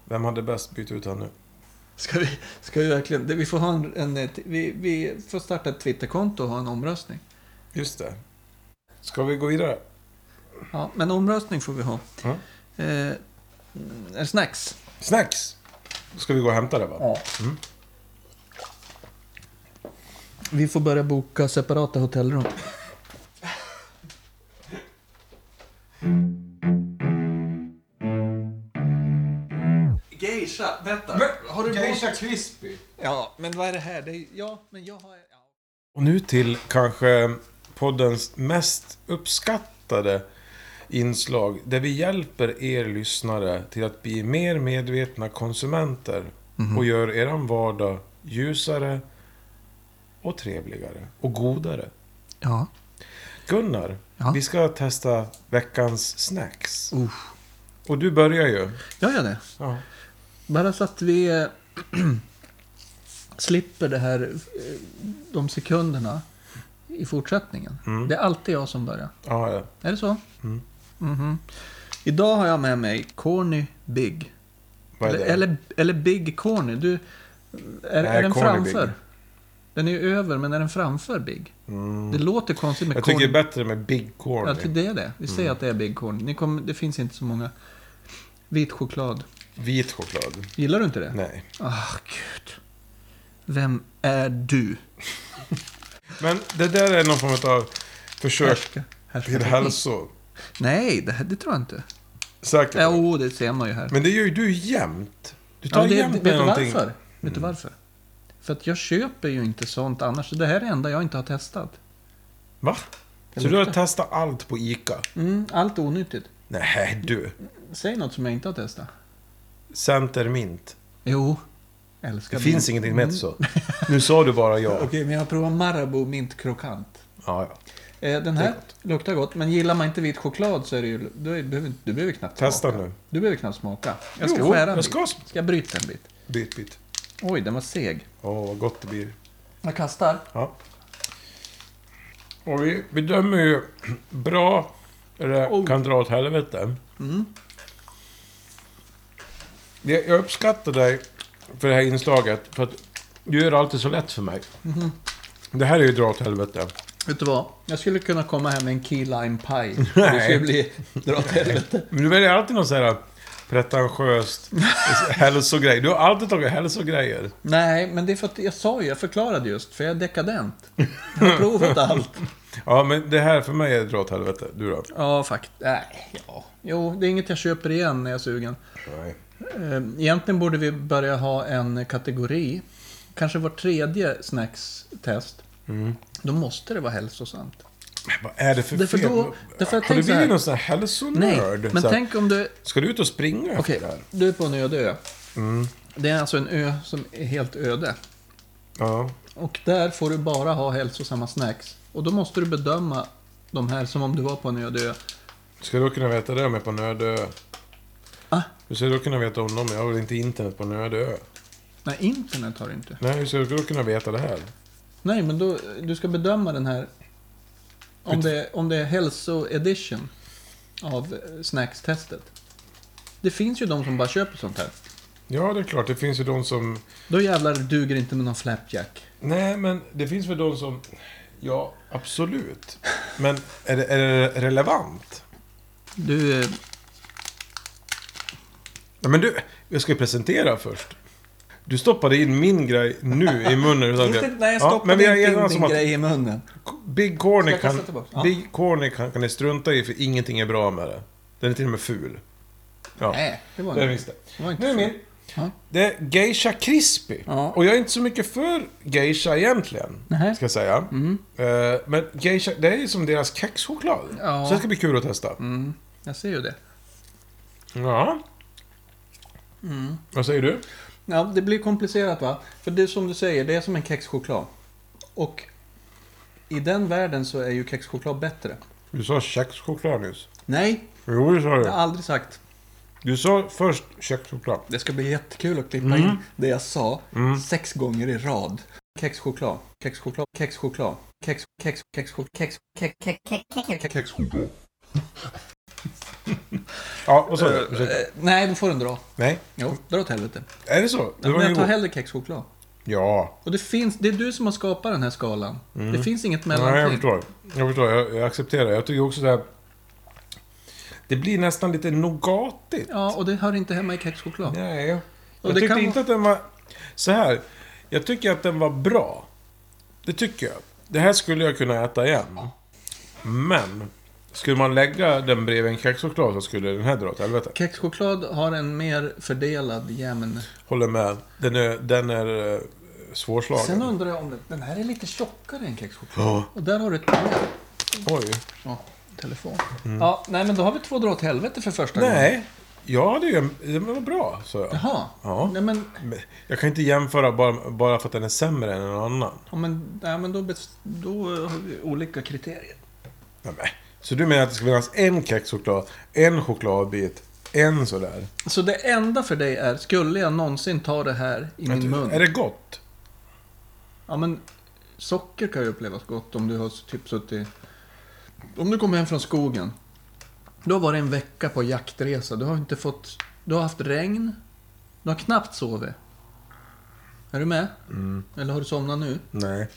Vem hade bäst bytt ut han nu? Ska vi, ska vi verkligen... det- Vi får, ha en, en, eh, t- vi, vi får starta ett Twitterkonto och ha en omröstning. Just det. Ska vi gå vidare? Ja, men omröstning får vi ha. Ja. Eh, mm, snacks. Snacks! Då ska vi gå och hämta det va? Ja. Vi får börja boka separata hotellrum. Geisha, vänta. har du bott- Crispy. Ja, men vad är det här? Det är, ja, men jag har... Ja. Och nu till kanske poddens mest uppskattade inslag där vi hjälper er lyssnare till att bli mer medvetna konsumenter Mhm. och gör er vardag ljusare och trevligare och godare. ja. Gunnar, Ja. vi ska testa veckans snacks. Uh. Och du börjar ju. Jag gör det. Ja. Bara så att vi eh, slipper det här, eh, de sekunderna i fortsättningen. Mm. Det är alltid jag som börjar. Ja, ja. Är det så? Mm. Mhm. Idag har jag med mig Corny Big. Vad är eller, det? eller, eller Big Corny. Du, är, Nej, är den Corny framför? Big. Den är ju över, men är den framför Big? Mm. Det låter konstigt med Jag Corny. tycker det är bättre med Big Corny. Mm. Ja, det är det. Vi säger att det är Big Corny. Ni kommer, det finns inte så många. Vit choklad. Vit choklad. Gillar du inte det? Nej. Ah, gud. Vem är du? Men det där är någon form av försök Härska. Härska. till hälso. Nej, det, här- det tror jag inte. Säkert. Jo, det ser man ju här. Men det gör ju du jämt. Du tar Ja, det, Mm. jämt vet med du någonting. varför? Vet du varför? För att jag köper ju inte sånt annars. Så det här är det enda jag inte har testat. Va? Det Så du har luktar. testat allt på ICA? Mm, allt onyttigt. Nej du. Säg något som jag inte har testat. Center Mint. Jo. Det Älskar finns mint. ingenting med så. Nu sa du bara ja. Mm. Okej, men jag har provat Marabou mint krokant. Ja, ja. Eh, den Det är här luktar gott, men gillar man inte vit choklad så är det ju... Du, är, behöver, inte- du behöver knappt Testa smaka. nu. Du behöver knappt smaka. Jag ska Jo, skära en jag bit. ska- Ska jag bryta en bit? Bit, bit. Oj, den var seg. Åh, vad gott det blir. Jag kastar. Ja. Och vi bedömer ju bra eller Oh. kan dra åt helvete. Det- Jag uppskattar dig för det här inslaget. För att du gör det alltid så lätt för mig. Det här är ju dra åt helvete. Vet du vad? Jag skulle kunna komma hem med en key lime pie. Det skulle bli... Dra åt helvete. Men du väljer alltid någon sån här pretentiöst hälsogrej. Du har alltid tagit hälsogrejer. Nej, men det är för att jag sa ju, jag förklarade just, för jag är dekadent. Jag har provat allt. Ja, men det här för mig är dra åt helvete. Du då? Ja, fakt. Nej, ja. Jo, det är inget jag köper igen när jag är sugen. Nej. Eh, Egentligen borde vi börja ha en kategori. Kanske vårt tredje snackstest. Då måste det vara hälsosamt. Men vad är det för Därför fel? då- därför jag har du tänker så här- blivit någon sån här Nej, hälsonörd? men Så här- tänk om du... Ska du ut och springa efter Okej, det här? du är på en öde ö. Det är alltså en ö som är helt öde. Ja. Och där får du bara ha hälsosamma snacks. Och då måste du bedöma de här som om du var på en öde ö. Ska du kunna veta det om jag är på en öde ö? Ah, Hur ska du kunna veta om dem? Jag har väl inte internet på en öde ö? nej, internet har du inte. Nej, hur ska du kunna veta det här? Nej, men då, du ska bedöma den här. Om det, om det är hälso-edition av eh, snackstestet. Det finns ju de som bara köper sånt här. Ja, det är klart. Det finns ju de som... Då jävlar duger det inte med någon flapjack. Nej, men det finns väl de som... Ja, absolut. Men är det, är det relevant? Du, eh, Nej, men du, jag ska ju presentera först. Du stoppade in min grej nu i munnen. utan att- inte, nej, ja, men jag stoppade vi har inte in enats om din att grej i munnen. Big Corny, Ska jag kasta kan, tillbaka? Ja. Big Corny kan, kan ni strunta i för ingenting är bra med det. Den är till och med ful. Ja, Nej, det var det inte. visste Det var jag. inte Nu är så. min. Ja. Det är Geisha Crispy. Ja. Och jag är inte så mycket för Geisha egentligen. Nähä. Ska jag säga. Mm, Eh, Men Geisha, det är ju som deras kexchoklad. Ja. Så det ska bli kul att testa. Mm, jag ser ju det. Mm. Ja. Vad säger du? Ja, det blir komplicerat va? För det är som du säger, det är som en kexchoklad. Och i den världen så är ju kexchoklad bättre. Du sa kexchoklad nyss. Nej, Jo, det sa det har du. jag aldrig sagt. Du sa först kexchoklad. Det ska bli jättekul att klippa Mm. in det jag sa sex gånger i rad. Kexchoklad, kexchoklad, kexchoklad, kex, kex, kexchoklad, kex, kex, kex, kex, kex. Ja, vad sa du? Eh, Ursäkta. nej, då får den dra. Nej, Jo, dra åt helvete. är det så? Det Men var ju jag tar god. hellre kexchoklad. Ja, Och det finns, det är du som har skapat den här skalan. Det finns inget Nej, Mm. jag mellanting. förstår. Jag förstår, jag, jag accepterar. Jag tycker också det här... Det blir nästan lite nougatigt. Ja, och det hör inte hemma i kexchoklad. Nej. Jag det tyckte kan inte vara- att den var... Så här. Jag tycker att den var bra. Det tycker jag. Det här skulle jag kunna äta igen. Men... Skulle man lägga den bredvid en kexchoklad så skulle den här dra åt helvete. Kexchoklad har en mer fördelad, jämn... Håller med. Den är, den är eh, svårslagen. Sen undrar jag om det, den här är lite tjockare än kexchoklad. Ja. Och där har du ett problem. Oj. Ja, telefon. Ja, nej men då har vi två dra åt helvete för första gången. Mm. Nej. Ja, det, är, ju en- den var bra, så jag. Jaha. Ja. Nej men, Men Jag kan inte jämföra bara, bara för att den är sämre än en annan. ja, men, nej, men då, bes- då har vi olika kriterier. Nej, men. Så du menar att det ska finnas en kexchoklad, en chokladbit, en sådär? Så det enda för dig är, skulle jag någonsin ta det här i min mun? Är det gott? Ja men, socker kan ju upplevas gott om du har typ suttit... Om du kommer hem från skogen. Du har varit en vecka på jaktresa. Du har inte fått... Du har haft regn. Du har knappt sovit. Är du med? Mm. Eller har du somnat nu? Nej.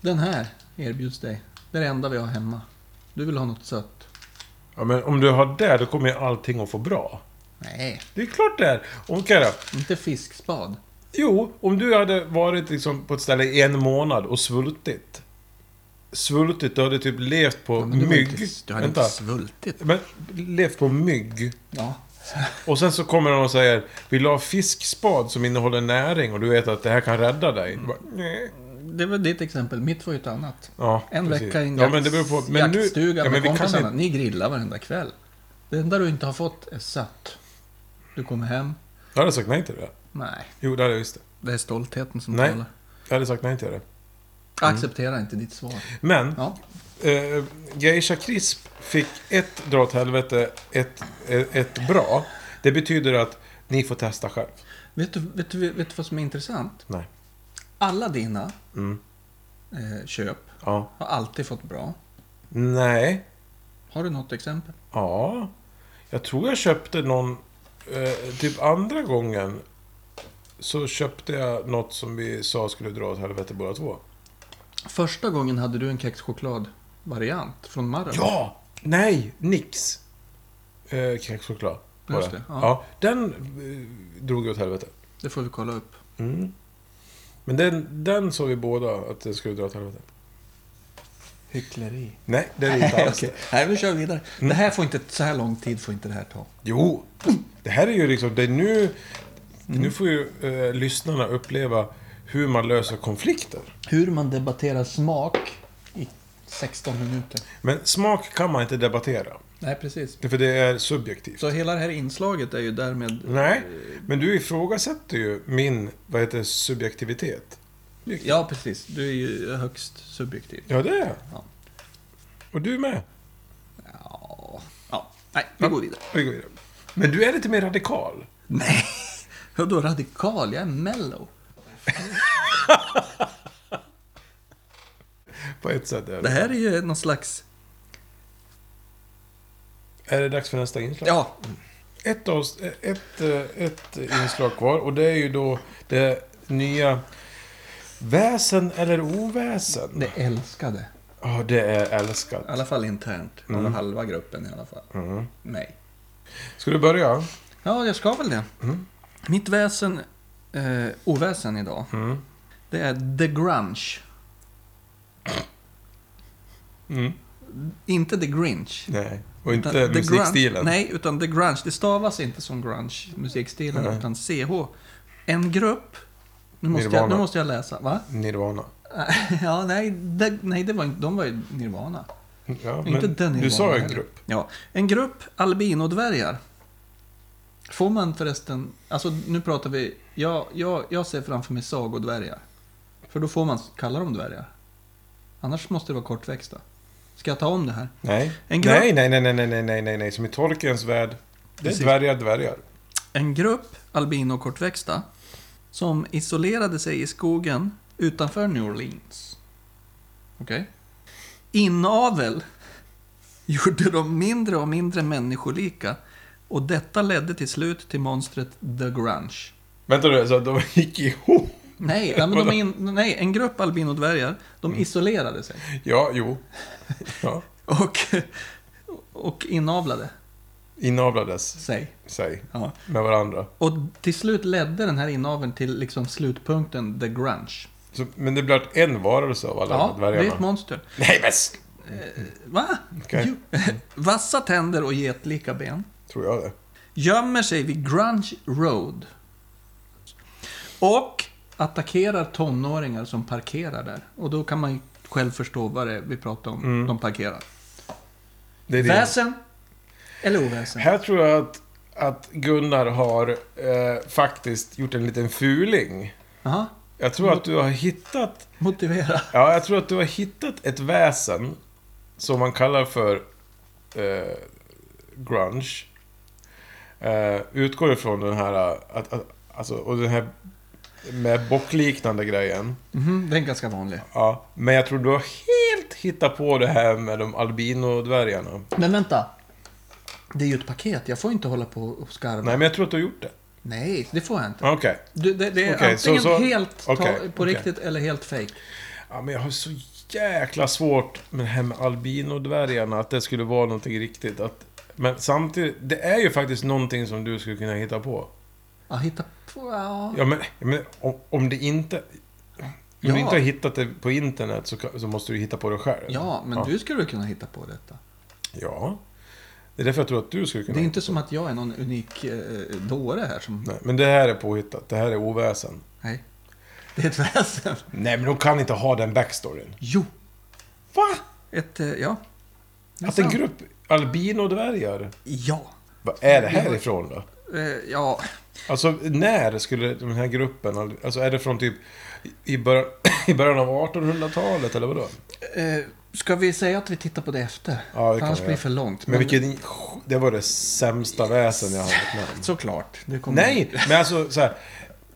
Den här erbjuds dig. Det är det enda vi har hemma. Du vill ha något sött? Ja, men om du har det, då kommer ju allting att få bra. Nej. Det är klart det är. Okej då. Inte fiskspad. Jo, om du hade varit liksom på ett ställe i en månad och svultit. Svultit, du hade typ levt på Men du har mygg. inte, du har inte Vänta. svultit. Men, levt på mygg. Ja. Och sen så kommer de och säger Vill du ha fiskspad som innehåller näring och du vet att det här kan rädda dig? Du Bara, nej. Det var ditt exempel. Mitt var ju ett annat. Ja, En precis. vecka i en ja, men det beror på. Men nu, jaktstuga ja, men med vi kan kompisarna. inte, Ni grillar varenda kväll. Det enda du inte har fått är sött. Du kommer hem. Jag hade sagt nej till det. Nej, Jo, det hade jag visst. det är stoltheten som Nej. Mm. talar. Jag hade sagt nej till det. Acceptera inte ditt svar. Men, Ja. eh, Geisha Crisp fick ett dra åt helvete, ett, eh, ett bra. Det betyder att ni får testa själv. Vet, du, vet, du, vet du vad som är intressant? Nej. Alla dina Mm. eh, köp Ja. har alltid fått bra. Nej. Har du något exempel? Ja. Jag tror jag köpte någon... Eh, typ andra gången så köpte jag något som vi sa skulle dra åt helvete båda två. Första gången hade du en kexchokladvariant från Marabou. Ja! Nej, Nix. Eh, Kexchoklad. var Just det, ja. Ja. den eh, drog åt helvete. Det får vi kolla upp. Mm. Men den, den såg vi båda att den skulle dra åt helvete. Hyckleri. Nej, det är det inte Nej, alls. okej. Nej, vi kör vidare. Det här får inte, så här lång tid får inte det här ta. Jo, det här är ju liksom... Det är nu, Mm. nu får ju eh, lyssnarna uppleva hur man löser konflikter. Hur man debatterar smak i 16 minuter. Men smak kan man inte debattera. Nej, precis. För det är subjektivt. Så hela det här inslaget är ju därmed... Nej, men du ifrågasätter ju min, vad heter det, subjektivitet. Ja, precis. Du är ju högst subjektiv. Ja, det är jag. Ja. Och du med. Ja. ja. Nej, vi går vidare. Vi går vidare. Men du är lite mer radikal. Nej! Vadå radikal? Jag är mellow. På ett sätt. Är Det det. här är ju någon slags... Är det dags för nästa inslag? Ja, Ett, avs- ett, eh, ett inslag kvar och det är ju då det nya Väsen eller oväsen? det älskade. Mm. Ja, det är I älskat. Mm. alla fall internt. Några halva gruppen i alla fall. Mig. Ska du börja? Ja, jag ska väl det. Mm. Mitt väsen, eh, oväsen idag, Mm. det är the grunge. Mm. Inte the grinch. Nej. Och inte Utan the musikstilen? Grunge, nej, utan the grunge. Det stavas inte som grunge, musikstilen, Nej. utan ch. En grupp. Nu måste, jag, Nirvana. nu måste jag läsa. Va? Nirvana. ja, nej, det, nej det var, inte- de var ju Nirvana. Ja, men inte den Nirvana du sa ju en heller. grupp. Ja, en grupp albinodvärgar. Får man förresten, alltså nu pratar vi, jag, jag, jag ser framför mig sagodvärgar. För då får man kalla dem dvärgar. Annars måste det vara kortväxta. Ska jag ta om det här? Nej. En grupp- nej, nej, nej, nej, nej, nej, nej, nej, nej. Som i Tolkiens värld. Det är Precis. dvärgar, dvärgar. En grupp albino-kortväxta som isolerade sig i skogen utanför New Orleans. Okej? Inavel gjorde dem mindre och mindre människolika och detta ledde till slut till monstret The Grunge. Vänta nu, så de gick ihop? Nej, nej, men de är in, nej en grupp albinodvärgar, de isolerade sig Ja, jo. Ja. och, och inavlade Inavlades sig. sig Ja. med varandra. Och till slut ledde den här inaveln till liksom slutpunkten The Grunge. Så, men det blev en varelse av alla Ja, det dvärgarna. är ett monster. Nej, men s- Va? Okej. Jo. Vassa tänder och getlika ben. Tror jag det. Gömmer sig vid Grunge Road. Och attackerar tonåringar som parkerar där. Och då kan man ju själv förstå vad det är vi pratar om. Mm. De parkerar. det, är det. Väsen eller oväsen? Här tror jag att, att Gunnar har eh, faktiskt gjort en liten fuling. Jaha, Jag tror att du har hittat... motivera. Ja, jag tror att du har hittat ett väsen som man kallar för eh, grunge. Eh, utgår ifrån den här... eh, Att, att, alltså, och den här med bockliknande grejen. Mhm, den är ganska vanlig. Ja, men jag tror du har helt hittat på det här med de albino-dvärgarna. Men vänta. Det är ju ett paket, jag får inte hålla på och skarva. Nej, Nej, men jag tror att du har gjort det. det får jag inte. Okej. Du, det, det är Okej, så- antingen så- helt ta, okej, på okej. riktigt eller helt fake. Ja, men jag har så jäkla svårt med det här med albinodvärgarna, att det skulle vara någonting riktigt. Att, men samtidigt, det är ju faktiskt någonting som du skulle kunna hitta på. Ja, hitta på... Ja. Ja, men, ja, men om, om det inte... Om Ja. du inte har hittat det på internet så, kan- så måste du hitta på det själv. Ja, men du skulle väl kunna hitta på detta? Ja. Det är därför jag tror att du skulle kunna... Det är inte som att jag är någon unik eh, dåre här som... Nej, men det här är påhittat. Det här är oväsen. Nej. Det är ett väsen. Nej, men de kan inte ha den backstoryn. Jo, Va? ett... eh, Ja. Det är Att en sant. grupp albinodvärgar... Ja. Vad är det här ifrån då? Eh, ja. Alltså när skulle den här gruppen... Alltså är det från typ i början, i början av 1800-talet eller vadå? Eh, ska vi säga att vi tittar på det efter? Ja, det kan Annars vi blir det göra. för långt. Men vilken... Det var det sämsta väsen jag har varit med om. Såklart. Det kommer... Nej, men alltså så här,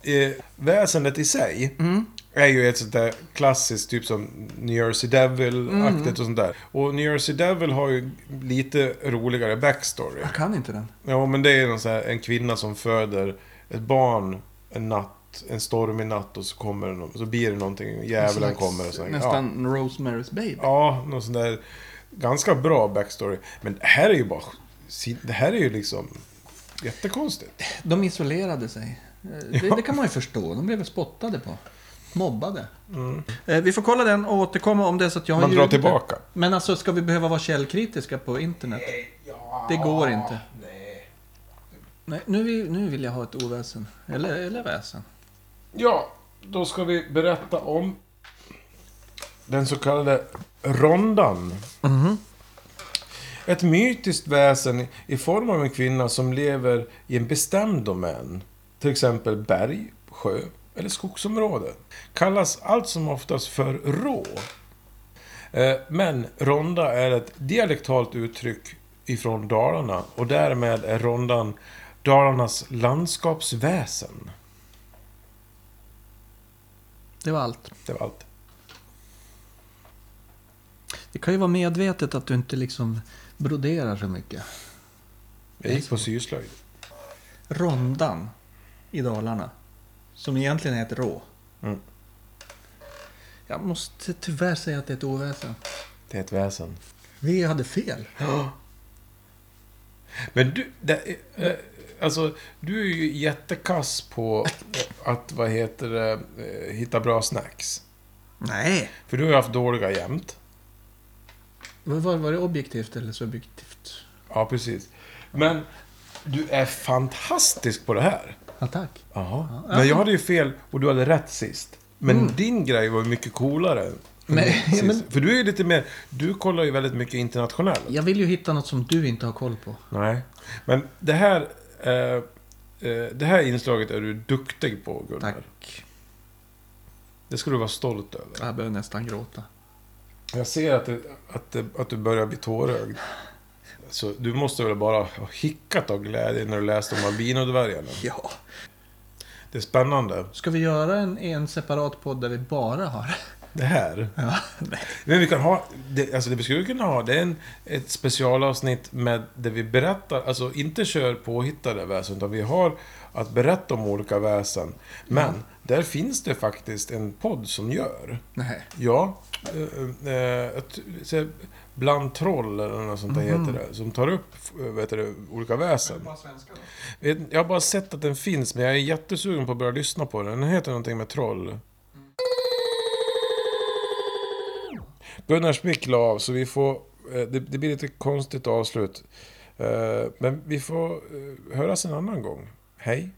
eh, Väsendet i sig Mm, är ju ett sånt där klassiskt, typ som New Jersey Devil-aktigt Mm. och sånt där. Och New Jersey Devil har ju lite roligare backstory. Jag kan inte den. Ja, men det är någon så här, en kvinna som föder ett barn en natt, en stormig natt och så kommer det någon, så blir det någonting, En djävulen slags- kommer och så. Ja, Nästan Rosemary's Baby. ja, någon sån där ganska bra backstory. Men det här är ju bara, det här är ju liksom jättekonstigt. De isolerade sig. Eh, Det, Ja. det kan man ju förstå. De blev väl spottade på. Mobbade. Eh, Vi får kolla den och återkomma om det är så att jag har Mm. Man drar ljugit. tillbaka. Men alltså, ska vi behöva vara källkritiska på internet? Det går inte. Nej, nu, vill, nu vill jag ha ett oväsen. Eller, eller väsen. Ja, då ska vi berätta om den så kallade rondan. Ett mytiskt väsen i form av en kvinna som lever i en bestämd domän. Till exempel berg, sjö eller skogsområde. Kallas allt som oftast för rå. Eh, Men ronda är ett dialektalt uttryck ifrån Dalarna och därmed är rondan Dalarnas landskapsväsen. Det var allt. Det var allt. Det kan ju vara medvetet att du inte liksom broderar så mycket. Jag gick på syslöjd. Rondan i Dalarna. Som egentligen är ett rå. Mm. Jag måste tyvärr säga att det är ett oväsen. Det är ett väsen. Vi hade fel. Men du, det, eh, eh, alltså, du är ju jättekass på att, vad heter det, eh, hitta bra snacks. Nej. För du har ju haft dåliga jämt. Men Var, var det objektivt eller subjektivt? Ja, precis. Men du är fantastisk på det här. Attack. Jaha. Mm. Men jag hade ju fel och du hade rätt sist. Men din grej var ju mycket coolare. Nej, Sist. men- För du är ju lite mer... Du kollar ju väldigt mycket internationellt. Jag vill ju hitta något som du inte har koll på. Nej. Men det här eh, Eh, Det här inslaget är du duktig på, Gunnar. Tack. Det ska du vara stolt över. Jag börjar nästan gråta. Jag ser att, det, att, det, att du börjar bli tårögd. Så du måste väl bara ha hickat av glädje när du läste om albinodvärgarna. Ja. Det är spännande. Ska vi göra en, en separat podd där vi bara har... Det här. Ja, nej. Men vi kan ha, det, alltså det vi skulle kunna ha, det är en, ett specialavsnitt med där vi berättar, alltså inte kör påhittade väsen, utan vi har att berätta om olika väsen. Men där finns det faktiskt en podd som gör. nej. Ja, eh, eh, jag t- så här, bland troll eller något sånt där heter det, som tar upp eh, vet du, olika väsen. Vet- Jag har bara sett att den finns, men jag är jättesugen på att börja lyssna på den. Den heter någonting med troll. Gunnar Smick la av, så vi får... eh, Det, det blir lite konstigt avslut. Eh, Men vi får eh, höras en annan gång. Hej!